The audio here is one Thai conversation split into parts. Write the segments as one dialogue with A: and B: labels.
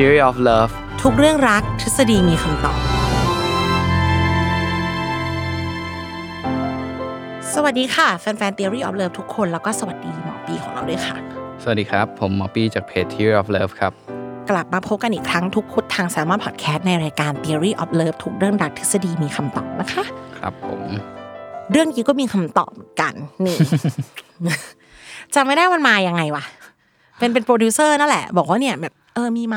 A: Theory of Love
B: ทุกเรื่องรักทฤษฎีมีคำตอบ สวัสดีค่ะ แฟนๆ Theory of Love ทุกคนแล้วก็สวัสดีหมอปีของเราด้วยค่ะ
A: สวัสดีครับ ผมหมอปี้จากเพจ Theory of Love ครับ
B: กลับมาพบกันอีกครั้งทุกพุธทางสามารถพอดแคสต์ในรายการ Theory of Love ทุกเรื่องรักทฤษฎีมีคำตอบนะคะ
A: ครับผม
B: เรื่องนี้ก็มีคำตอบเหมือนกัน นี่ จำไม่ได้มันมายังไงวะ เป็นเป็นโปรดิวเซอร์นั่นแหละ บอกว่าเนี่ยแบบเออมีไหม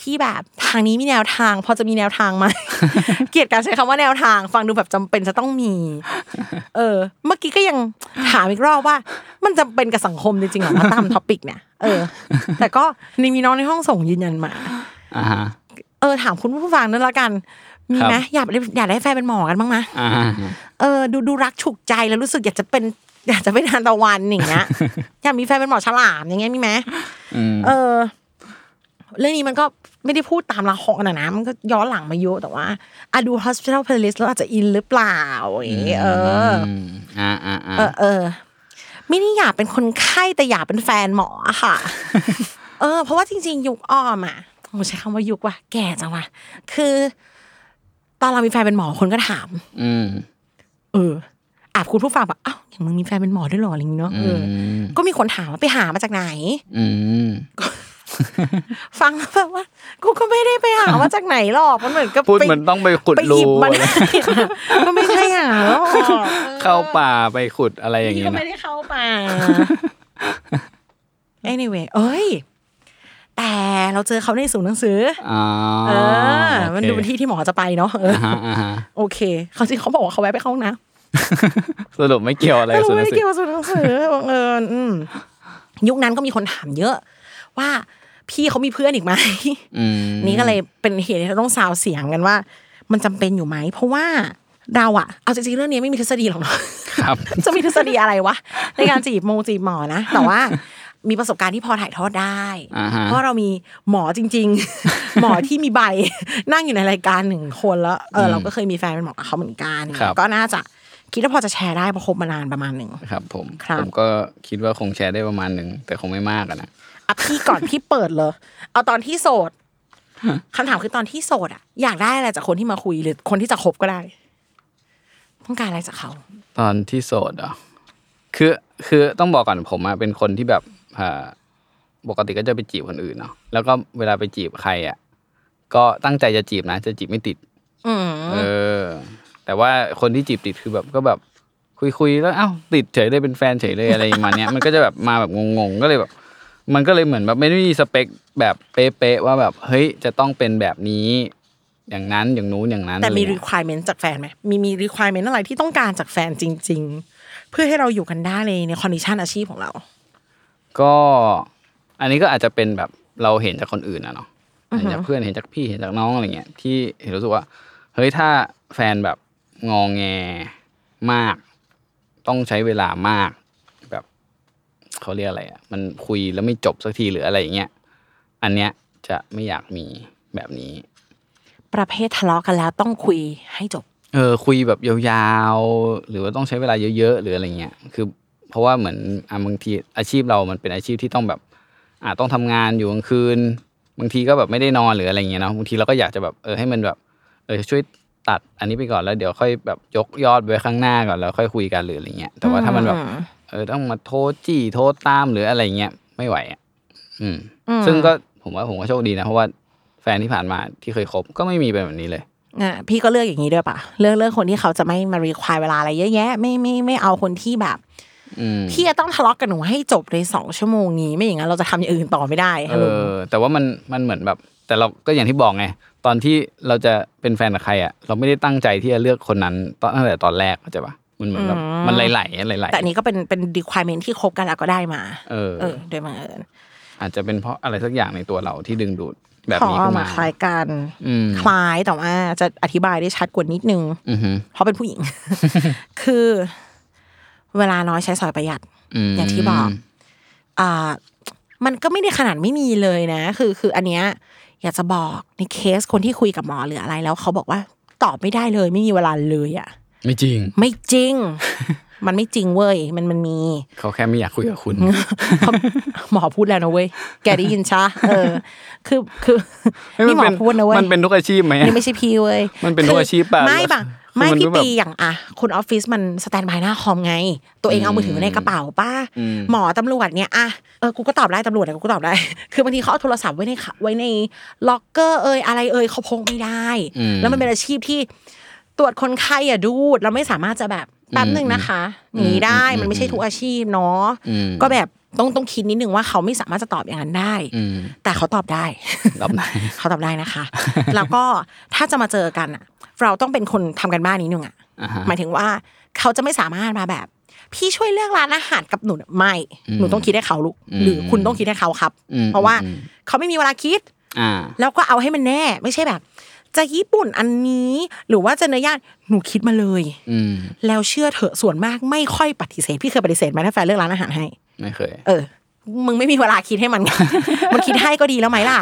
B: ที่แบบทางนี้มีแนวทาง พอจะมีแนวทางไหม เกลียดการใช้คำว่าแนวทาง ฟังดูแบบจำเป็นจะต้องมี เออ เมื่อกี้ก็ยังถามอีกรอบว่า มันจำเป็นกับสังคมจริงๆเหรอว่าตามท็อปิกเนี่ยเออ แต่ก็นี่มีน้องในห้องส่งยืนยันมา
A: อ่าฮะ
B: เออถามคุณผู้ฟังนั่นละกัน มีไหม
A: ครับ
B: อยากได้อยากได้แฟนเป็นหมอกันบ้างไหม
A: อ่าฮะ
B: เออดูดูรักฉุกใจแล้วรู้สึกอยากจะเป็น อยากจะเป็นทานตะวันอย่างเงี้ย อยากมีแฟนเป็นหมอฉลามอย่างเงี้ยมีไหม
A: อืม
B: เออ เรื่องนี้มันก็ไม่ได้พูดตามละครนะนะมันก็ย้อนหลังมาเยอะแต่ว่าอะดู hospital playlist แล้วอาจจะอินหรือเปล่าอย่างเงี้ยเออ
A: มอ่าอ่าอ่า
B: เออเออไม่ได้อยากเป็นคนไข้แต่อยากเป็นแฟนหมออะ ค่ะ เออ เพราะว่าจริง ๆ ยุคอ้อมอ่ะโอ้ใช้คำว่ายุคว่ะแก่จังว่ะคือ ตอนเรามีแฟนเป็นหมอคนก็ถาม
A: อืม
B: เอออาจคุณผู้ฟังแบบอ้าวอย่างมึงมีแฟนเป็นหมอด้วยเหรออะไรอย่างงี้เนาะ
A: อื
B: เออ
A: ม
B: ก็มีคนถามว่าไปหามาจากไหน
A: อืม
B: ฟังแล้วแบบว่า กูก็ไม่ได้ไปหามาจากไหนหรอกมันเหมือนกับ
A: พูด
B: ไป
A: เหมือนต้องไปขุด
B: ไปห
A: รู
B: ยิบมัน
A: อะไร
B: ก็ไม่ใช่หาหรอก
A: เข้าป่าไปขุดอะไรอย่าง
B: พี่
A: เงี้
B: ก็
A: ย
B: ไม่
A: นะ
B: ได้เข้าป่า anyway เอ้ย แต่เราเจอเขาในสูนย์หนังสือ
A: อ๋อ
B: อเออ มันดูเป็นที่ที่หมอจะไปเนาะเออ
A: อ่าฮะอ่าฮะ
B: โอเคเขาจริงเขาบอกว่าเขาแวะไปเข้าห้องน้ำ
A: สรุปไม่เกี่ยวอะไรกับสุ
B: ไม่
A: นัข
B: ได้
A: สิ
B: เกี่ยวกับสุนทรสือบังเอิญอืมยุคนั้นก็มีคนถามเยอะ ว่าพี่เขามีเพื่อนอีกไหม
A: อืม
B: นี่ก็เลยเป็นเหตุที่เราต้องซาวเสียงกันว่า มันจำเป็นอยู่ไหม เพราะว่าเราอะเอาจริงๆเรื่องนี้ไม่มีทฤษฎีหรอกเนอะ
A: ครับ
B: จะมีทฤษฎีอะไรวะ ในการจีบโมจีบหมอนะ แต่ว่ามีประสบการณ์ที่พอถ่ายทอดได้
A: อ่าฮะ
B: เพราะเรามีหมอจริง ๆ หมอที่มีใบ นั่งอยู่ในรายการหนึ่งคนแล้วเออเราก็เคยมีแฟนเป็นหมอกับเขาเหมือนกัน
A: ครับ
B: ก็น่าจะคิดว่าพอจะแชร์ได้เพราะคบมานานประมาณหนึ่ง
A: ครับผม
B: ครับ
A: ผมก็คิดว่าคงแชร์ได้ประมาณหนึ่ง แต่คงไม่มากอะนะ
B: อ่ะพี่ก่อน พี่เปิดเลย เอาตอนที่โสดคำถามคือตอนที่โสดอ่ะ อยากได้อะไรจากคนที่มาคุยหรือคนที่จะคบก็ได้ ต้องการอะไรจากเขา
A: ตอนที่โสดเหรอ่ะคือคือต้องบอกก่อนผมอะเป็นคนที่แบบอ่าปกติก็จะไปจีบคนอื่นเนาะแล้วก็เวลาไปจีบใครอ่ะก็ตั้งใจจะจีบนะจะจีบไม่ติด
B: อืม
A: เออ แต่ว่าคนที่จีบติดคือแบบก็แบบคุยคุยๆแล้วอ้าวติดเฉยเลยเป็นแฟนเฉยเลยอะไรประมาณเนี้ย มันก็จะแบบมาแบบงงๆก็เลยแบบ มันก็เลยเหมือนแบบไม่ได้มีสเปคแบบเป๊ะๆว่าแบบเฮ้ยจะต้องเป็นแบบนี้ อย่างนั้นอย่างนู้นอย่างนั้น
B: แต่มี
A: อะไรเงี้ย
B: requirement จากแฟนไหมมีมี requirement อะไรที่ต้องการจากแฟนจริง ๆ เพื่อให้เราอยู่กันได้ในในคอนดิชันอาชีพของเรา
A: ก็อันนี้ก็อาจจะเป็นแบบเราเห็นจากคนอื่นนะเนาะเห็นจากเพื่อนเห็นจากพี่เห็นจากน้องอะไรเงี้ยที่เห็นรู้สึกว่า เฮ้ยถ้าแฟนแบบงองแงมาก ต้องใช้เวลามาก แบบเขาเรียกอะไรอ่ะมันคุยแล้วไม่จบสักทีหรืออะไรอย่างเงี้ยอันเนี้ยจะไม่อยากมีแบบนี้
B: ประเภททะเลาะกันแล้วต้องคุยให้จบ
A: เออคุยแบบยาวๆ หรือว่าต้องใช้เวลาเยอะๆ หรืออะไรเงี้ยคือ เพราะว่าเหมือนอ่ะบางทีอาชีพเรามันเป็นอาชีพที่ต้องแบบอ่ะต้องทำงานอยู่กลางคืน บางทีก็แบบไม่ได้นอนหรืออะไรเงี้ยเนาะบางทีเราก็อยากจะแบบเออให้มันแบบเออช่วย ตัดอันนี้ไปก่อนแล้วเดี๋ยวค่อยแบบยกยอดไว้ข้างหน้าก่อนแล้วค่อยคุยกันหรืออะไรเงี้ยแต่ว่าถ้ามันแบบ เออต้องมาโทษจี้โทษตามหรืออะไรเงี้ยไม่ไหวอ่ะอืม
B: อืม
A: ซึ่งก็ผมว่าผมก็โชคดีนะเพราะว่าแฟนที่ผ่านมาที่เคยคบก็ไม่มีเป็นแบบนี้เลย
B: อ่ะพี่ก็เลือกอย่างนี้ด้วยปะเลือกเลือกคนที่เขาจะไม่มารีควายเวลาอะไรเยอะแยะ ไม่ไม่ไม่เอาคนที่แบบ
A: อืม
B: พี่จะต้องทะเลาะกับหนูให้จบในสองชั่วโมงนี้ ไม่อย่างนั้นเราจะทำอย่างอื่นต่อไม่ได้
A: เอ
B: ฮัลโหล
A: อแต่ว่ามันมันเหมือนแบบ แต่เราก็อย่างที่บอกไงตอนที่เราจะเป็นแฟนกับใครอ่ะเราไม่ได้ตั้งใจที่จะเลือกคนนั้นตอนตั้งแต่ตอนแรกเข้าใจปะมันเหมือนแบบมันไหลๆอะไหล
B: แต่อันนี้ก็เป็นเป็นดีควายเมนที่คบกันแล้วก็ได้มา
A: ๆเออ
B: เออโดยบังเอิญ
A: อาจจะเป็นเพราะอะไรสักอย่างในตัวเราที่ดึงดูดแบบ
B: ของ
A: นี้
B: เอา
A: ขึ้น
B: มา
A: มา
B: คล้ายกัน
A: อืม
B: คล้ายแต่ว่าจะอธิบายได้ชัดกว่านิดนึง
A: อือหือ
B: เพราะเป็น ผู้หญิง คือ เวลาน้อยใช้สอยประหยัด
A: ม
B: อย่างที่บอกอ่ามันก็ไม่ได้ขนาดไม่มีเลยนะ คือคืออันเนี้ยอยากจะบอกในเคสคนที่คุยกับหมอหรืออะไรแล้วเขาบอกว่าตอบไม่ได้เลย ไม่มีเวลาเลยอ่ะ
A: ไม่จริง
B: ไม่ จริง มันไม่จริงเว้ย มันมันมี
A: เขาแค่ไม่อยากคุยกับคุณ
B: เขาหมอพูดแล้วนะเว้ย แกได้ยินช่ะเออ คือคือ
A: เฮ้ย
B: นี่หมอ
A: เป็
B: พูดนะเว้ย
A: มันเป็นทุกอาชีพไหมอะ
B: นี่ไม่ใช่พี่เว้ย
A: มันเป็นทุกอาชีพป่ะ
B: ไม่ปะ
A: แล้ว
B: ไม่
A: มัน
B: พี่
A: ก็แบบ
B: ปีอย่างอะคุณออฟฟิศมันสแตนบายหน้าคอมไง ตัวเองเอามือถือไว้ในกระเป๋าป้า
A: อืม
B: หมอตำรวจเนี่ยอะเออกูก็ตอบได้ตำรวจเนี่ยกูก็ตอบได้ คือบางทีเขาเอาโทรศัพท์ไว้ในขาไว้ในล็อกเกอร์เอยอะไรเอยเขาพกไม่ได้ แล้วมันเป็นอาชีพที่ตรวจคนไข้อะดูดเราไม่สามารถจะแบบแป๊บหนึ่งนะคะหนีได้มันไม่ใช่ทุกอาชีพเนาะ
A: อืม
B: ก็แบบต้องต้องคิดนิดนึงว่าเขาไม่สามารถจะตอบอย่างนั้นได้
A: อืม
B: แต่เขาตอบได้
A: รับได้
B: เขาตอบได้นะคะ แล้วก็ถ้าจะมาเจอกันอ่ะ เราต้องเป็นคนทำกันบ้านนิดนึงอ่ะ
A: อ่าฮะ
B: หมายถึงว่าเขาจะไม่สามารถมาแบบ พี่ช่วยเลือกร้านอาหารกับหนูหน่อยไม่ หนูต้องคิดให้เขาลูก หรือคุณต้องคิดให้เขาครับ
A: อืม
B: เพราะว่า
A: อืม
B: เขาไม่มีเวลาคิด
A: อ่า
B: แล้วก็เอาให้มันแน่ ไม่ใช่แบบ จะญี่ปุ่นอันนี้ หรือว่าจะเนื้อย่างหนูคิดมาเลย
A: อืม
B: แล้วเชื่อเถอะส่วนมากไม่ค่อยปฏิเสธพี่เคยปฏิเสธไหมถ้าแฟนเลือกร้านอาหารให้
A: ไม่เคย
B: เออ มึงไม่มีเวลาคิดให้มันไง มันคิดให้ก็ดีแล้วไหมล่ะ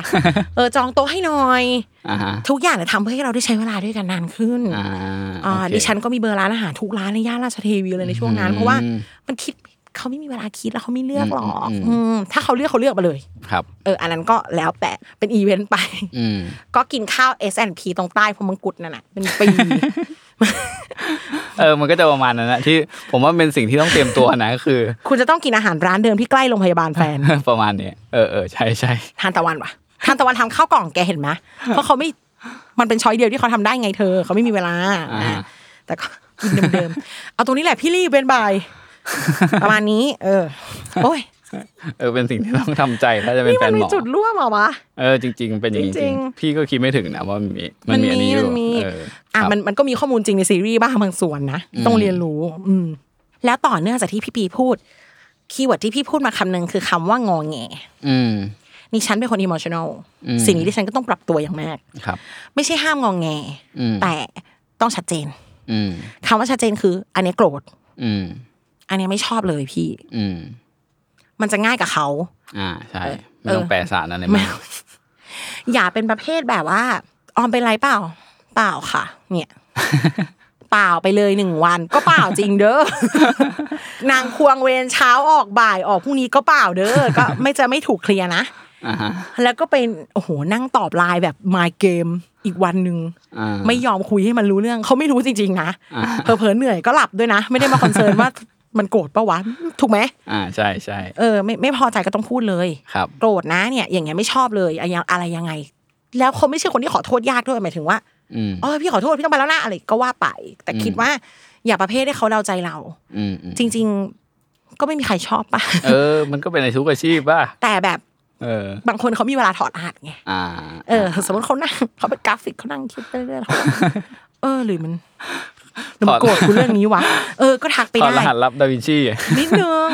B: เออจองโต๊ะให้หน่อย
A: อ่าฮะ
B: ทุกอย่างเนี่ยทำเพื่อให้เราได้ใช้เวลาด้วยกันนานขึ้น
A: อ่า
B: อ่า
A: โอเค
B: ดิฉันก็มีเบอร์ร้านอาหารทุกร้านในย่านราชเทวีเลยในช่วงนั้น เพราะว่า
A: อืม
B: มันคิดเขาไม่มีเวลาคิดแล้วเขาไม่เลือกหรอก
A: อืมอืม
B: อืมถ้าเขาเลือกเขาเลือกมาเลย
A: ครับ
B: เออ อันนั้นก็แล้วแต่เป็นอีเวนต์ไป
A: อืม
B: ก็กินข้าว S&P ตรงใต้พรหมงกุฎนั่นน่ะเป็น ปี
A: เออ มันก็จะประมาณนั้นนะที่ผมว่าเป็นสิ่งที่ต้องเตรียมตัวนะก็คือ
B: คุณจะต้องกินอาหารร้านเดิมที่ใกล้โรงพยาบาลแฟน
A: ประมาณเนี้ยเออเออใช่ใช่
B: ทานตะวันวะทานตะวันทำข้าวกล่องแกเห็นไหมเพราะเขาไม่มันเป็นช้อยเดียวที่เขาทำได้ไงเธอ เขาไม่มีเวลาอ่ะแต่ก็กินเดิมๆเอาตรงนี้แหละพี่รีบเวน บาย ประมาณนี้ เออ โอ้ย
A: เออเป็นสิ่งที่ต้องทำใจถ้าจะเป็น
B: นี่
A: แฟ
B: มัน
A: นห
B: มี
A: มอ
B: จุดร่วมเหรอวะ
A: เออจริง ๆ เป็นอย่างนี้
B: จ
A: จ
B: ริ
A: ริ
B: ง
A: ง
B: ๆ
A: ๆพี่ก็คิดไม่ถึงนะว่ามันมีมันมีอันนี้อยู่
B: มันมี
A: เออ
B: อ่ะ
A: ครับ
B: มันมันก็มีข้อมูลจริงในซีรีส์บ้างบางส่วนนะต้องเรียนรู้ อืม แล้วต่อเนื่องจากที่พี่ปีพูด คีย์เวิร์ดที่พี่พูดมาคำหนึงคือคำว่างอแง
A: อืม
B: นี่ฉันเป็นคนอิมมชั่นอล
A: อืม
B: สิ่งนี้ที่ฉันก็ต้องปรับตัวอย่างมาก
A: ครับ
B: ไม่ใช่ห้ามงอแง
A: อืม
B: แต่ต้องชัดเจน
A: อืม
B: คำว่าชัดเจนคือ อันเนี้ยโกรธ
A: อืม
B: อันเนี้ยไม่ชอบเลยพี่
A: อืม
B: มันจะง่ายกับเขา
A: อ่าใช่
B: เออ
A: ไม่ต้องแปลสารอะไรมาก
B: อย่าเป็นประเภทแบบว่า ออมเป็นไรเปล่า เปล่าค่ะ เนี่ย เปล่าไปเลยหนึ่งวัน ก็เปล่าจริงเด้อ นางควงเวรเช้าออกบ่ายออกพรุ่งนี้ก็เปล่าเด้อ ก็ไม่จะไม่ถูกเคลียร์นะ
A: อ่าฮะ
B: แล้วก็เป็นโอ้โหนั่งตอบไลน์แบบมาเกมอีกวันหนึ่ง
A: อ่า
B: ไม่ยอมคุยให้มันรู้เรื่องเขาไม่รู้จริงๆนะ
A: อ่า
B: เผลอๆเหนื่อยก็หลับด้วยนะ ไม่ได้มาคอนเซิร์น ว่ามันโกรธปะวะถูกไหม
A: อ่าใช่ใช่
B: เออไม่ไม่พอใจก็ต้องพูดเลย
A: ครับ
B: โกรธนะเนี่ย อย่างเงี้ยไม่ชอบเลยอะไรยังอะไรยังไง แล้วเขาไม่ใช่คนที่ขอโทษยากด้วยหมายถึงว่า
A: อืม
B: อ๋อพี่ขอโทษพี่ต้องไปแล้วนะอะไรก็ว่าไป แต่คิดว่า อย่าประเภทให้เขาเดาใจเรา
A: อืมอืม
B: จริง ๆ ก็ไม่มีใครชอบปะ
A: เออ มันก็เป็นในทุกอาชีพป่ะ
B: แต่แบบ
A: เออ
B: บางคนเขามีเวลาถอดอาหารไง
A: อ่า
B: เออสมมติเขานั่งเขาเป็นกราฟิกเขานั่งคิดไปเรื่อยๆเขาเออหรือมันหรือมันโกรธกูเรื่องนี้วะเออก็ทักไป
A: ถอดร
B: ได้
A: หัสลับดาวินชีอ่ะ
B: นิดนึง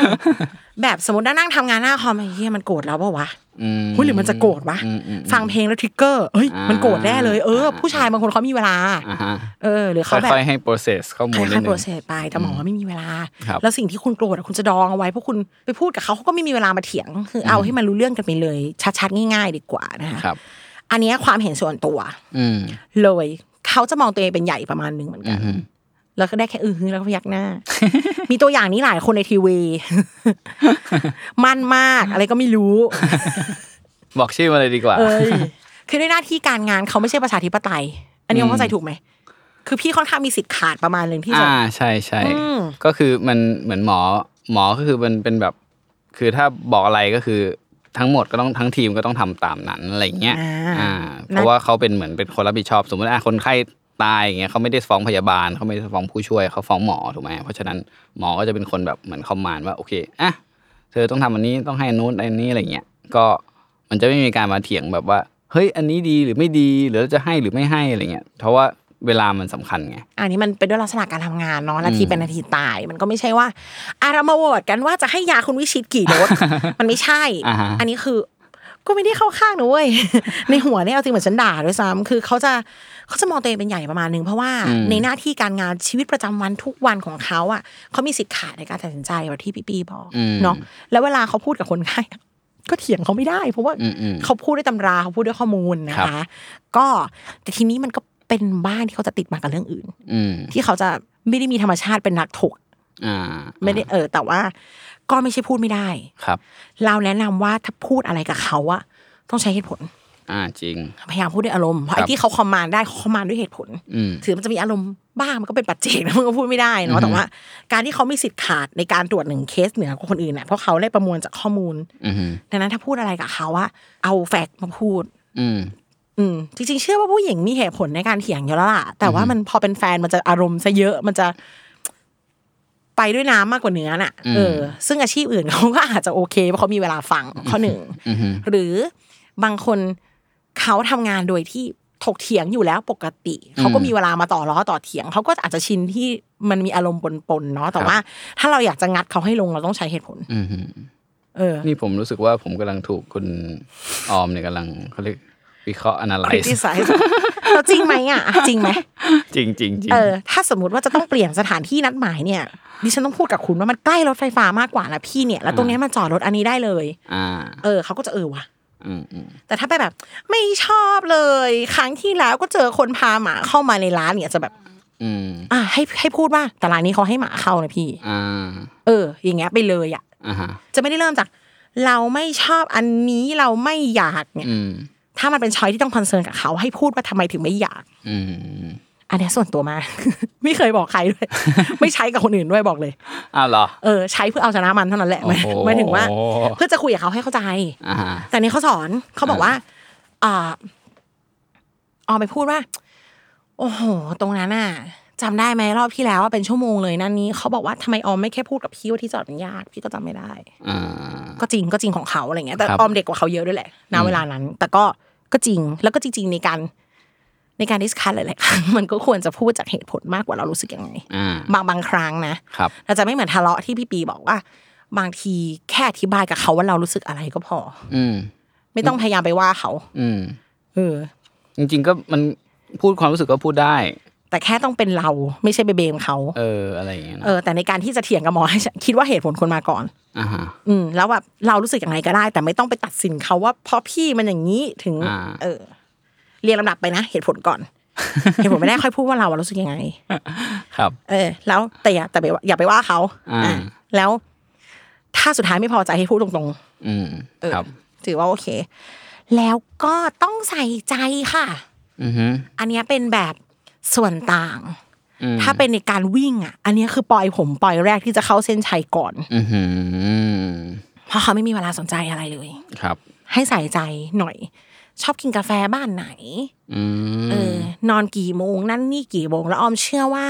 B: แบบสมมตินั่งทำงานหน้าคอมไอ้เหี้ยมันโกรธเราปะวะ
A: อืม
B: หุ้ยหรือมันจะโกรธวะ
A: อืมอืม
B: ฟังเพลงแล้วทริกเกอร์เอ้ย
A: อ่ามั
B: มันโกรธแน่เลยเออ
A: อ่า
B: ผู้ชายบางคนเขามีเวลา
A: อ่าฮะ
B: เออ หรือเขาแบบ
A: ค่อยๆให้ process ข้อมูลนิด
B: ค่อยๆ
A: นึ
B: โปรง เซสไปแต่หมอไม่มีเวลา
A: ครับ
B: แล้วสิ่งที่คุณโกรธอะคุณจะดองเอาไว้เพราะคุณไปพูดกับเขาเขาก็ไม่มีเวลามาเถียง คือเอาให้มันรู้เรื่องกันไปเลย ชัดๆง่ายๆดีกว่านะคะ
A: ครับ
B: อันเนี้ยความเห็นส่วนตัว
A: อืม
B: เลยเขาจะมองตัวเองเป็นใหญ่ประมาณนึงเหมือนกัน
A: อือฮึ
B: แล้วก็ได้แค่อือฮึแล้วก็พยักหน้า มีตัวอย่างนี้หลายคนในทีวี มั่นมากอะไรก็ไม่รู้
A: บอกชื่อมาเลยดีกว่า
B: เอ้ย คือด้วยหน้าที่การงานเขาไม่ใช่ประชาธิปไตย อันนี้
A: อืม
B: เข้าใจถูกไหม คือพี่ค่อนข้างมีสิทธิ์ขาดประมาณหนึ่งที่จะ
A: อ่าใช่ใช่
B: อืม
A: ก็คือมันเหมือนหมอหมอก็คือมันเป็นแบบ คือถ้าบอกอะไรก็คือทั้งหมดก็ต้องทั้งทีมก็ต้องทำตามนั้นอะไรเงี้ย
B: อ่า
A: อ่า เพราะว่าเขาเป็นเหมือนเป็นคนรับผิดชอบ สมมติอ่ะคนไข้ตายอย่างเงี้ยเขาไม่ได้ฟ้องพยาบาลเขาไม่ได้ฟ้องผู้ช่วยเขาฟ้องหมอถูกไหมเพราะฉะนั้นหมอก็จะเป็นคนแบบเหมือนคอมมานด์ว่าโอเคอ่ะเธอต้องทำอันนี้ต้องให้อันนู้นอันนี้อะไรเงี้ยก็มันจะไม่มีการมาเถียงแบบว่าเฮ้ยอันนี้ดีหรือไม่ดีหรือจะให้หรือไม่ให้อะไรเงี้ยเพราะว่าเวลามันสำคัญไง
B: อันนี้มันเป็นด้วยลักษณะการทำงานเนาะนาที
A: อืม
B: เป็นนาทีตาย มันก็ไม่ใช่ว่าอะเรามาโหวตกันว่าจะให้ยาคุณวิชิตกี่โด ส มันไม่ใช่
A: อ่าฮะ
B: อันนี้คือก็ไม่ได้เข้าข้างนะเว้ย ในหัวเนี่ยเอาจริงเหมือนฉันด่าด้วยซ้ำคือเขาจะเขาจะมองตัวเองเป็นใหญ่ประมาณนึงเพราะว่า
A: อืม
B: ในหน้าที่การงานชีวิตประจำวันทุกวันของเขาอ่ะเขามีสิทธิ์ขาดในการตัดสินใจแบบที่พี่ปีบอกเนาะแล้วเวลาเขาพูดกับคนไข้อะก็เถียงเขาไม่ได้เพราะว่า
A: อืมอืม
B: เขาพูดด้วยตำราเขาพูดด้วยข้อมูลนะ
A: ครั
B: คะ
A: บ
B: ก็แต่ทีนี้มันก็เป็นบ้านที่เขาจะติดมากับเรื่องอื่น
A: อืม
B: ที่เขาจะไม่ได้มีธรรมชาติเป็นนักถก
A: อ่า
B: ไม่ได้เออ แต่ว่าก็ไม่ใช่พูดไม่ได้
A: ครับ
B: เราแนะนำว่าถ้าพูดอะไรกับเขาอะต้องใช้เหตุผล
A: อ่าจริง
B: พยายามพูดด้วยอารมณ์เพราะไอ้ที่เขาคอมมานด์ได้เขาคอมมานด์ด้วยเหตุผล
A: อืม
B: ถือมันจะมีอารมณ์บ้างมันก็เป็นปัจเจกนะมันก็พูดไม่ได้เนาะแต่ว่า การที่เขามีสิทธิ์ขาดในการตรวจหนึ่งเคสเหนือกว่าคนอื่นน่ะเพราะเขาได้ประมวลจากข้อมูล
A: อืม
B: ดังนั้นถ้าพูดอะไรกับเขาว่าเอาแฟกต์มาพูด
A: อืม
B: อืมจริงๆเชื่อว่าผู้หญิงมีเหตุผลในการเถียงอยู่แล้วล่ะ แต่ว่ามันพอเป็นแฟนมันจะอารมณ์ซะเยอะมันจะไปด้วยน้ำมากกว่าเนื้อน่ะ
A: อืม
B: เออ ซึ่งอาชีพอื่นเขาก็อาจจะโอเคเพราะเขามีเวลาฟังข้อหนึ่ง
A: อืม
B: หรือบางคนเขาทำงานโดยที่ถกเถียงอยู่แล้วปกติ เขาก็มีเวลามาต่อล้อต่อเถียงเขาก็อาจจะชินที่มันมีอารมณ์ปนๆเนาะแต่ว่า ถ้าเราอยากจะงัดเขาให้ลงเราต้องใช้เหตุผล
A: อืม
B: เออ
A: นี่ผมรู้สึกว่าผมกำลังถูกคุณออมเนี่ยกำลังเขาเรียกวิเคราะห์ analyze
B: criticize เราจริงไหมอ่ะอ่ะจริงไหม
A: จริงจริงจริง
B: เออถ้าสมมติว่าจะต้องเปลี่ยนสถานที่นัดหมายเนี่ยดิฉันต้องพูดกับคุณว่ามันใกล้รถไฟฟ้ามากกว่านะพี่เนี่ย แล้วตรงเนี้ยมันจอดรถอันนี้ได้เลย
A: อ่า
B: เออเขาก็จะเออว่ะ
A: อืมอืม
B: แต่ถ้าไปแบบ ไม่ชอบเลย ครั้งที่แล้วก็เจอคนพาหมาเข้ามาในร้านเนี่ยจะแบบ
A: อืม
B: อ่ะให้ให้พูดว่าแต่ร้านนี้เขาให้หมาเข้านะพี่
A: อ่า
B: เออ อย่างเงี้ยไปเลยอ่ะ
A: อ่าฮะ
B: จะไม่ได้เริ่มจาก เราไม่ชอบอันนี้เราไม่อยากเนี่ย
A: อืม
B: ถ้ามันเป็นช้อยที่ต้องคอนเซิร์นกับเขาให้พูดว่าทำไมถึงไม่อยาก
A: อืม
B: อันเนี้ยส่วนตัวมาก ไม่เคยบอกใครด้วย ไม่ใช้กับคนอื่นด้วยบอกเลย
A: อ้าวเหรอ
B: เออใช้เพื่อเอาชนะมันเท่านั้นแหละหมาย
A: โอ้โห
B: หมายถึงว่า เพื่อจะคุยกับเขาให้เข้าใจ
A: อ่าฮะ
B: แต่นี่เขาสอนเขาบอกว่าอ่าออกไปพูดว่า โอ้โห ตรงนั้นน่ะจำได้ไหมรอบที่แล้วว่าเป็นชั่วโมงเลยนั่นนี้เขาบอกว่าทำไมออมไม่แค่พูดกับพี่ว่าที่จอดมันยากพี่ก็จำไม่ได้
A: อ่า
B: ก็จริงก็จริงของเขาอะไรเงี้ยแต่
A: ครับ
B: ออมเด็กกว่าเขาเยอะด้วยแหละณเวลานั้น แต่ก็ก็จริงแล้วก็จริง ๆ ในการในการดิสคัทหลายๆครั้งมันก็ควรจะพูดจากเหตุผลมากกว่าเรารู้สึกยังไง
A: อ่า
B: บางบางครั้งนะ
A: ครับ
B: เราจะไม่เหมือนทะเลาะที่พี่ปีบอกว่า บางทีแค่อธิบายกับเขาว่าเรารู้สึกอะไรก็พอ
A: อืม
B: ไม่ต้องพยายามไปว่าเขา
A: อืม
B: เออ
A: จริง ๆ ก็มันพูดความรู้สึกก็พูดได้
B: แต่แค่ต้องเป็นเราไม่ใช่ไปเบมเขา
A: เอออะไรอย่างเงี้ยนะ
B: เออ แต่ในการที่จะเถียงกับหมอให้ฉันคิดว่าเหตุผลคนมาก่อน
A: อ่าฮะ
B: อืมแล้วแบบเรารู้สึกยังไงก็ได้ แต่ไม่ต้องไปตัดสินเขาว่าเพราะพี่มันอย่างนี้ถึง
A: อ่า
B: เออ เรียงลำดับไปนะเหตุผล ก่อน เหตุผลไม่ได้ค่อยพูดว่าเราอะรู้สึกยังไง
A: ครับ
B: เออ แล้วแต่อย่าแต่ไปว่าอย่าไปว่าเขา
A: อ่า
B: ะแล้ว ถ้าสุดท้ายไม่พอใจให้พูดตรงๆ
A: อืมครับ
B: ถือว่าโอเค แล้วก็ต้องใส่ใจค่ะ
A: อือฮึ
B: อันเนี้ยเป็นแบบส่วนต่าง
A: อืม
B: ถ้าเป็นในการวิ่งอ่ะ อันเนี้ยคือปล่อยผมปล่อยแรกที่จะเข้าเส้นชัยก่อน
A: อือหือ
B: เพราะเขาไม่มีเวลาสนใจอะไรเลย
A: ครับ
B: ให้ใส่ใจหน่อย ชอบกินกาแฟบ้านไหน
A: อืม
B: เออ นอนกี่โมง นั่นนี่กี่โมง แล้วออมเชื่อว่า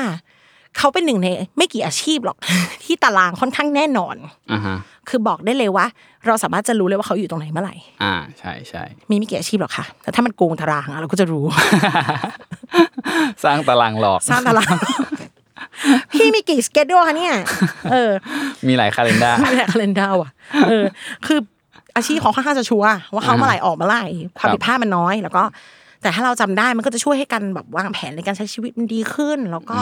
B: เขาเป็นหนึ่งในไม่กี่อาชีพหรอก ที่ตารางค่อนข้างแน่นอน
A: อ่าฮะ
B: คือบอกได้เลยว่า เราสามารถจะรู้เลยว่าเขาอยู่ตรงไหนเมื่อไหร่
A: อ่า ใช่ใช่
B: มีไม่กี่อาชีพหรอกค่ะ แต่ถ้ามันโกงตารางอะเราก็จะรู้
A: สร้างตารางหลอก
B: สร้างตาราง พี่มีกี่สเกจด้วยคะเนี่ย เออ
A: มีหลายคาล endar
B: ไม่แหละคาเลนดาว่ะ เออ คืออาชีพเขาค่อนข้างจะชัวร์ว่าเขาเมื่อไหร่ออกเมื่อไหร่ความผิดพลาดมันน้อย แล้วก็ แต่ถ้าเราจำได้มันก็จะช่วยให้การแบบวางแผนในการใช้ชีวิตมันดีขึ้น แล้วก็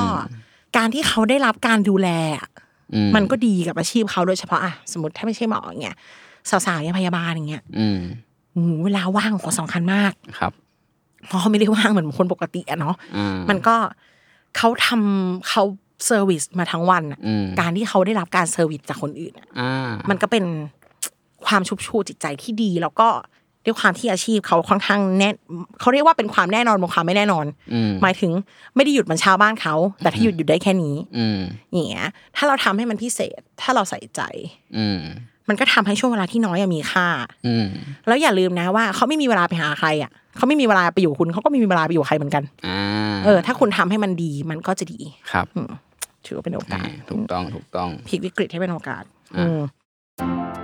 B: การที่เขาได้รับการดูแลอะ
A: อืม
B: มันก็ดีกับอาชีพเขาโดยเฉพาะอะสมมติถ้าไม่ใช่หมออย่างเงี้ยสาวๆอย่างพยาบาลอย่างเงี้ย
A: อืม
B: โอ้โหเวลาว่างของสำคัญมาก
A: ครับ
B: เพราะเขาไม่ได้ว่างเหมือนคนปกติอะเนาะ
A: อ่า
B: มันก็เขาทำเขาเซอร์วิสมาทั้งวันน่ะ
A: อืม
B: การที่เขาได้รับการเซอร์วิสจากคนอื่นน่ะ
A: อ่า
B: มันก็เป็นความชุบชูจิตใจที่ดี แล้วก็ ด้วยความที่อาชีพเขาค่อนข้างแน่นเขาเรียกว่าเป็นความแน่นอนบนความไม่แน่นอน
A: อืม
B: หมายถึงไม่ได้หยุดเหมันชาวบ้านเขา แต่ถ้าหยุดหยุดได้แค่นี้
A: อืม
B: อย่างเงี้ยถ้าเราทำให้มันพิเศษ ถ้าเราใส่ใจ
A: อืม
B: มันก็ทำให้ช่วงเวลาที่น้อยอะมีค่า
A: อืม
B: แล้วอย่าลืมนะว่าเขาไม่มีเวลาไปหาใครอ่ะเขาไม่มีเวลาไปอยู่คุณเขาก็ไม่มีเวลาไปอยู่ใครเหมือนกัน
A: อ่า
B: เออ ถ้าคุณทำให้มันดีมันก็จะดี
A: ครับ
B: ถือว่าเป็นโอกาส
A: อ่าถูกต้องถูกต้อง
B: พลิกวิกฤตให้เป็นโอกาส
A: อ่า
B: ม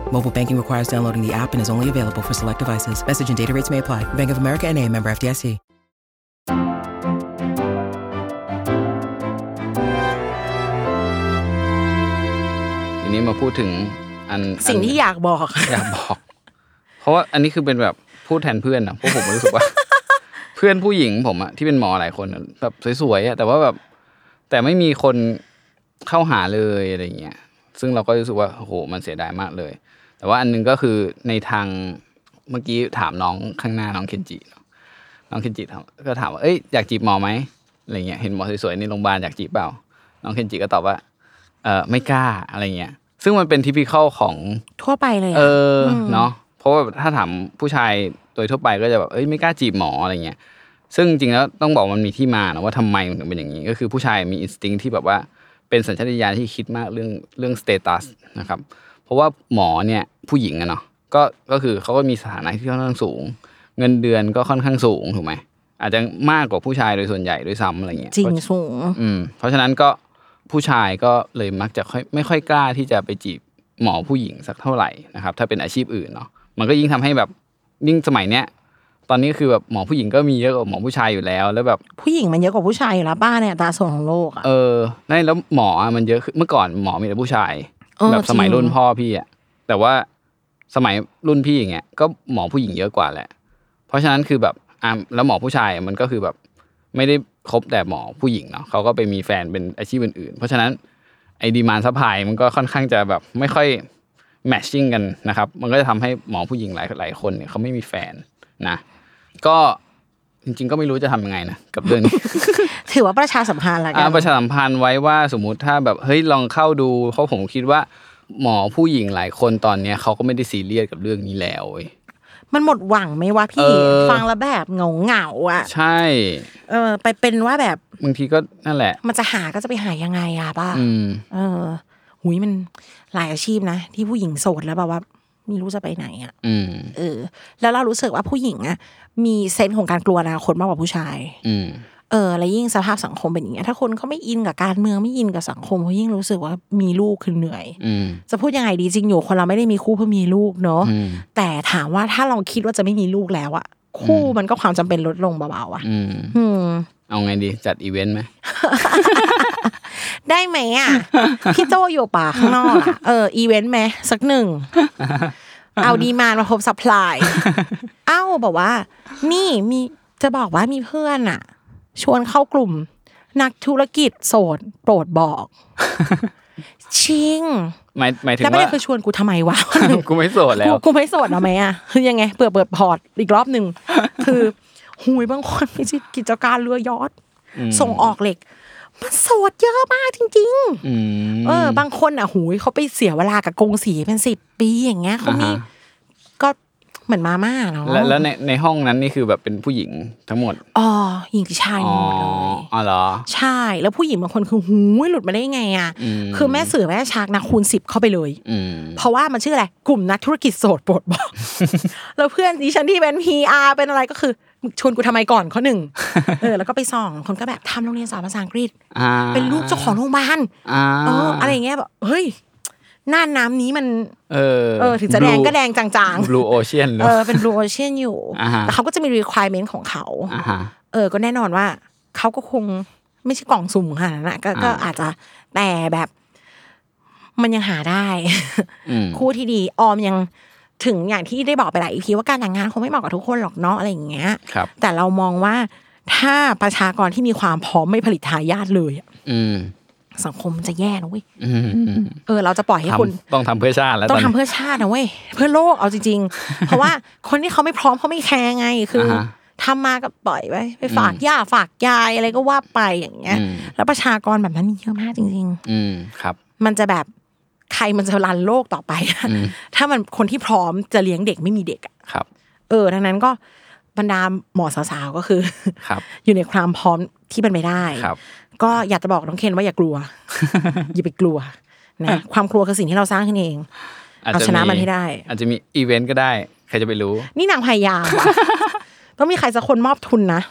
C: Mobile banking requires downloading the app and is only available for select devices. Message and data rates may apply. Bank of America and a member FDIC.
A: ทีนี้มาพูดถึงอัน
B: สิ่งที่อยากบอก
A: อยากบอก เพราะว่าอันนี้คือเป็นแบบพูดแทนเพื่อนนะเพราะผมรู้สึกว่า เพื่อนผู้หญิงผมอะที่เป็นหมอหลายคนอะแบบสวยๆอะแต่ว่าแบบ แต่ไม่มีคนเข้าหาเลยอะไรเงี้ยซึ่งเราก็รู้สึกว่าโอ้โหมันเสียดายมากเลย แต่ว่าอันหนึงก็คือในทางเมื่อกี้ถามน้องข้างหน้าน้องเคนจิเนอะน้องเคนจิถามก็ถามว่าเอ้ยอยากจีบหมอไหมอะไรเงี้ยเห็นหมอสวยๆในโรงพยาบาลอยากจีบเปล่า น้องเคนจิก็ตอบว่า เออไม่กล้าอะไรเงี้ย ซึ่งมันเป็นทิพิคอลของ
B: ทั่วไปเลยอะ
A: เอออเนาะเพราะว่าถ้าถามผู้ชายโดยทั่วไปก็จะแบบเอ้ยไม่กล้าจีบหมออะไรเงี้ยซึ่งจริงแล้วต้องบอกมันมีที่มานะว่าทำไมมันถึงเป็นอย่างนี้ ก็คือผู้ชายมีอินสติ้งที่แบบว่าเป็นสัญชาตญาณที่คิดมากเรื่องเรื่องสเตตัสนะครับเพราะว่าหมอเนี่ยผู้หญิงอะเนาะก็ก็คือเขาก็มีสถานะที่ค่อนข้างสูง เงินเดือนก็ค่อนข้างสูงถูกไหมอาจจะมากกว่าผู้ชายโดยส่วนใหญ่ด้วยซ้ำอะไรเงี้ย
B: จริงสูง
A: อืมเพราะฉะนั้นก็ผู้ชายก็เลยมักจะค่อยไม่ค่อยกล้าที่จะไปจีบหมอผู้หญิงสักเท่าไหร่นะครับ ถ้าเป็นอาชีพอื่นเนาะมันก็ยิ่งทำให้แบบยิ่งสมัยเนี้ยตอนนี้คือแบบหมอผู้หญิงก็มีเยอะกว่าหมอผู้ชายอยู่แล้ว แล้วแบบ
B: ผู้หญิงมันเยอะกว่าผู้ชายอยู่แล้วบ้านเนี่ยอัตราส่วนของโลกอ่ะ
A: เออนั่นแล้วหมออะมันเยอะขึ้นเมื่อก่อนหมอมีแต่ผู้ชาย
B: เออ
A: แบบสมัย
B: จริง
A: รุ่นพ่อพี่อะแต่ว่าสมัยรุ่นพี่อย่างเงี้ยก็หมอผู้หญิงเยอะกว่าแหละ เพราะฉะนั้นคือแบบอ่ะแล้วหมอผู้ชายมันก็คือแบบ ไม่ได้คบแต่หมอผู้หญิงเนาะเขาก็ไปมีแฟนเป็นอาชีพอื่นๆ เพราะฉะนั้นไอ้ดีมานซัพพลายมันก็ค่อนข้างจะแบบไม่ค่อยแมชชิ่งกันนะครับ มันก็จะทำให้หมอผู้หญิงหลายหลายคนเนี่ยเขาไม่มีแฟนนะก็จริง ๆ ก็ไม่รู้จะทำยังไงนะกับเรื่องนี้
B: ถือว่าประชาสัมพันธ์ละกั
A: อ่าน ประชาสัมพันธ์ไว้ว่าสมมุติถ้าแบบเฮ้ยลองเข้าดู เพราะผมคิดว่า หมอผู้หญิงหลายคนตอนเนี้ยเขาก็ไม่ได้ซีเรียสกับเรื่องนี้แล้วเว้ย
B: มันหมดหวังไหมวะ
A: เอ
B: พี่
A: อ
B: ฟังแล้วแบบเหงาเหงาๆอ่ะ
A: ใช่
B: เออ ไปเป็นว่าแบบ
A: บางทีก็นั่นแหละ
B: มันจะหาก็จะไปหายังไงอ่ะป้า
A: อืม
B: เออหุยมันหลายอาชีพนะ ที่ผู้หญิงโสดแล้วแบบว่าไม่รู้จะไปไหนอ่ะ
A: อืม
B: เออ แล้วเรารู้สึกว่าผู้หญิงอ่ะมีเซนส์ของการกลัวอนาคตมากกว่าผู้ชาย
A: อืม
B: เออแล้วยิ่งสภาพสังคมเป็นอย่างเงี้ยถ้าคนเขาไม่อินกับการเมืองไม่อินกับสังคมเขายิ่งรู้สึกว่ามีลูกคือเหนื่อย
A: อืม
B: จะพูดยังไงดีจริงอยู่คนเราไม่ได้มีคู่เพื่อมีลูกเนาะ
A: อืม
B: แต่ถามว่าถ้าเราคิดว่าจะไม่มีลูกแล้วอะคู่มันก็ความจำเป็นลดลงเบาๆอะ
A: อืม
B: อืม
A: เอาไงดีจัดอีเวนต์ไหม
B: ได้ไหมอะ พี่โจอยู่ป่าข้างนอกอะเอออีเวนต์ไหมสักหนึ่ง เอาดีมานด์มาพบสัพพลาย เอ้าบอกว่า นี่มีจะบอกว่ามีเพื่อนอะชวนเข้ากลุ่ม นักธุรกิจโสดโปรดบอก ชิง
A: หมายหมายถึง
B: แล้วไม่ ได้
A: ว่า
B: คือ ชวนกูทำไมวะ
A: กูไม่โสดแล้ว
B: กูกูไม่โสดเอาไหมอ่ะคือยังไง เปิดเปิดพอร์ตอีกรอบหนึ่ง คือหุยบางคนมีกิจการเรือยอทส่งออกเหล็ก มันโสดเยอะมากจริง
A: อืม
B: ๆ เออ บางคนอ่ะหุยเขาไปเสียเวลากับกงสีเป็นสิบปีอย่างเงี้ยเขามีก็เหมือนมาม่าเนาะ
A: แล้วแล้วในในห้องนั้นนี่คือแบบเป็นผู้หญิงทั้งหมด
B: อ๋อหญิงกับชาย
A: อ๋อ
B: หมดเลย
A: อ๋อเหรอ
B: ใช่แล้วผู้หญิงบางคนคือหูยหลุดมาได้ไงอ่ะ
A: อืม
B: คือแม่เสือแม่ชักนะคูณสิบเข้าไปเลย
A: อืม
B: เพราะว่ามันชื่ออะไร กลุ่มนักธุรกิจโสดโปรด บอก แล้วเพื่อนดิฉันที่เป็น PR เป็นอะไรก็คือมึงชวนกูทำไมก่อนข้อ หนึ่ง เออ แล้วก็ไปส่องคนก็แบบทำโรงเรียนสอนภาษาอังกฤษ
A: อ่า
B: เป็นลูกเจ้าของโรงพยาบาล
A: อ่า
B: เอออะไรอย่างเงี้ยแบบเฮ้ยน่านน้ำนี้มัน
A: เออ
B: เออ ถึงจะแดงก็แดงจาง
A: blue ocean
B: ๆ
A: เน
B: เอ
A: อะ
B: อ เป็น blue ocean อยู่
A: อ่าฮะ
B: แต่เขาก็จะมี requirement ของเขา
A: อ่าฮะ
B: เออ ก็แน่นอนว่าเขาก็คงไม่ใช่กล่องสุ่มค่ะนั้นนะก็ก็อาจจะแต่แบบ มันยังหาได้
A: อืม
B: คู่ที่ดีออมยัง ถึงอย่างที่ได้บอกไปหลายอีพีว่าการแต่งงานคงไม่เหมาะกับทุกคนหรอกเนาะอะไรอย่างเงี้ย
A: ครับ
B: แต่เรามองว่าถ้าประชากรที่มีความพร้อมไม่ผลิตทายาทเลยอะ
A: อืม
B: สังคมจะแย่นะเว้ย
A: อืมอืม
B: เออเราจะปล่อยให้
A: ท
B: คน
A: ำต้องทำเพื่อชาติแล้ว
B: ต้อง
A: น
B: ทำ
A: นี้
B: เพื่อชาตินะเว้ยเพื่อโลกเอาจริง ๆ เพราะว่าคนที่เขาไม่พร้อมเขาไม่แคร์ไงคืออา
A: ฮะ
B: ทำมาก็ปล่อยไว้ไปฝากย่าฝากยายอะไรก็ว่าไปอย่างเงี้ย
A: อืม
B: แล้วประชากรแบบนั้นมีเยอะมากจริง
A: อืมครับ
B: ๆ มันจะแบบใครมันจะรันโลกต่อไป ถ้ามันคนที่พร้อมจะเลี้ยงเด็กไม่มีเด็กอะ
A: ครับ
B: เออดังนั้นก็บรรดาหมอสาวๆก็คือ
A: ครับ
B: อยู่ในความพร้อมที่เป็นไปได้
A: ครับ
B: ก็อยากจะบอกน้องเคนว่าอ ย่ากลัว อย่าไปกลัวนะความกลัวคือสิ่งที่เราสร้างขึ้นเอง
A: จ
B: เอาชนะมันให้ได้
A: อาจจะมีอีเวนต์ก็ได้ ใครจะไปรู้
B: นี่นางพยายาม อะ ต้องมีใครสักคนมอบทุนนะ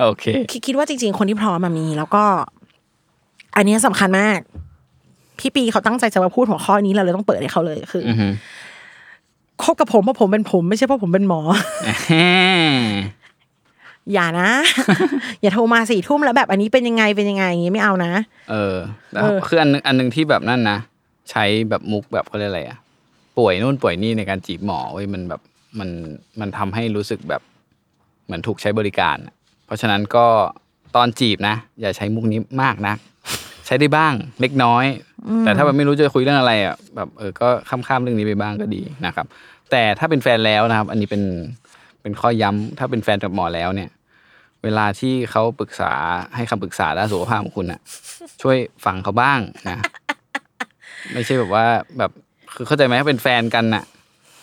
A: โอเค
B: คิดคิดว่าจริง ๆ คนที่พร้อมมามี แล้วก็ อันเนี้ยสำคัญมาก พี่ปีเขาตั้งใจจะมาพูดหัวข้อนี้เราเลยต้องเปิดให้เขาเลยคืออ
A: อือฮึ
B: คบกับผมเพราะผมเป็นผม ไม่ใช่เพราะผมเป็นหมอ
A: แฮ่
B: อย่า นะ อย่าโทรมาสี่ทุ่มแล้วแบบอันนี้เป็นยังไงเป็นยังไงอย่างงี้ไม่เอานะ
A: เออแล้วคืออันนึงอันนึงที่แบบนั่นนะ ใช้แบบมุกแบบเขาเรียกอะไรอะป่วยนู่นป่วยนี่ในการจีบหมอเว้ยมันแบบมันมันทำให้รู้สึกแบบ เหมือนถูกใช้บริการอะเพราะฉะนั้นก็ตอนจีบนะ อย่าใช้มุกนี้มาก นะใช้ได้บ้างเล็กน้อย แต่ถ้าแบบไม่รู้จะคุยเรื่องอะไรอ่ะแบบเออก็ข้ามข้ามๆเรื่องนี้ไปบ้างก็ดีนะครับ แต่ถ้าเป็นแฟนแล้วนะครับ อันนี้เป็นเป็นข้อย้ำถ้าเป็นแฟนกับหมอแล้วเนี่ย เวลาที่เขาปรึกษาให้คำปรึกษาด้านสุขภาพของคุณอ่ะ ช่วยฟังเขาบ้างนะ ไม่ใช่แบบว่าแบบคือเข้าใจไหมถ้าเป็นแฟนกันน่ะ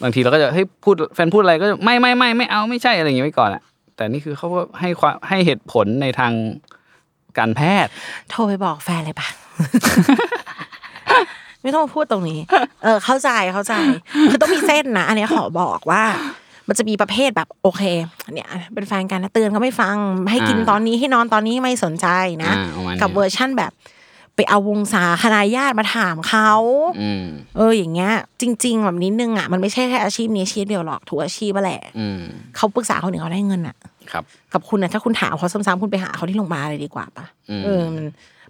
A: บางทีเราก็จะเฮ้ยพูดแฟนพูดอะไรก็จะไม่ไม่ไม่ไม่เอาไม่ใช่อะไรอย่างเงี้ยไว้ก่อนอะแต่นี่คือเขาก็ให้ความให้เหตุผลในทางการแพทย์
B: โทรไปบอกแฟนเลยปะ ไม่ต้องมาพูดตรงนี้ เออ เข้าใจเข้าใจ คือต้องมีเส้นนะอันเนี้ยขอบอกว่า มันจะมีประเภทแบบโอเค เนี่ย เป็นแฟนกันนะเตือนก็ไม่ฟัง ให้กิน
A: อ่า
B: ตอนนี้ให้นอนตอนนี้ไม่สนใจนะ
A: อ่าประมาณนี้
B: กับเวอร์ชั่นแบบ ไปเอาวงศาคณาญาติมาถามเขา
A: อืม
B: เอออย่างเงี้ย จริง ๆ แบบนิดนึงอ่ะมันไม่ใช่แค่อาชีพนี้อาชีพเดียวหรอกทุกอาชีพอะแหละ
A: อืม
B: เขาปรึกษาคนอื่นเขาได้เงินอ่ะ
A: ครับ
B: กับคุณนะถ้าคุณถามเขาซ้ำๆคุณไปหาเขาที่โรงพยาบาลเลยดีกว่าปะ
A: อืม
B: เออมัน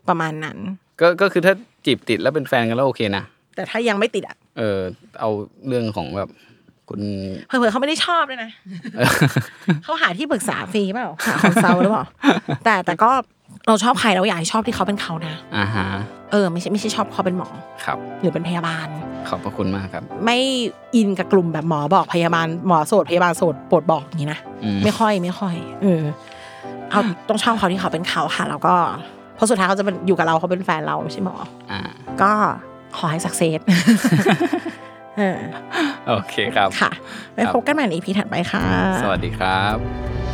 B: ประมาณนั้น
A: ก็ก็คือถ้าจีบติดแล้วเป็นแฟนกันแล้วโอเคนะ
B: แต่ถ้ายังไม่ติดอ่ะ
A: เออ เอาเรื่องของแบบคุณ
B: เผื่อๆเขาไม่ได้ชอบด้วยนะ เขาหาที่ปรึกษาฟรีเปล่าหาคอนซัลท์หรือเปล่า แต่แต่ก็เราชอบใครเราอยากให้ชอบที่เขาเป็นเขานะ
A: อ่าฮะ
B: เออไม่ใช่ไม่ใช่ชอบเขาเป็นหมอ
A: ครับ
B: หรือเป็นพยาบาล
A: ขอบพระคุณมากครับ
B: ไม่อินกับกลุ่มแบบหมอบอกพยาบาลหมอโสดพยาบาลโสดปวดบอกอย่างนี้นะ
A: อืม
B: ไม่ค่อยไม่ค่อยเออเอาต้องชอบเขาที่เขาเป็นเขาค่ะ แล้วก็เพราะสุดท้ายเขาจะเป็นอยู่กับเราเขาเป็นแฟนเราไม่ใช่หมอ
A: อ่า
B: ก็ขอให้สักเซ ส เออ
A: โอเคครับ
B: ค่ะไป
A: ครับ
B: พบกันใหม่ในอีพีถัดไปค่ะ
A: สวัสดีครับ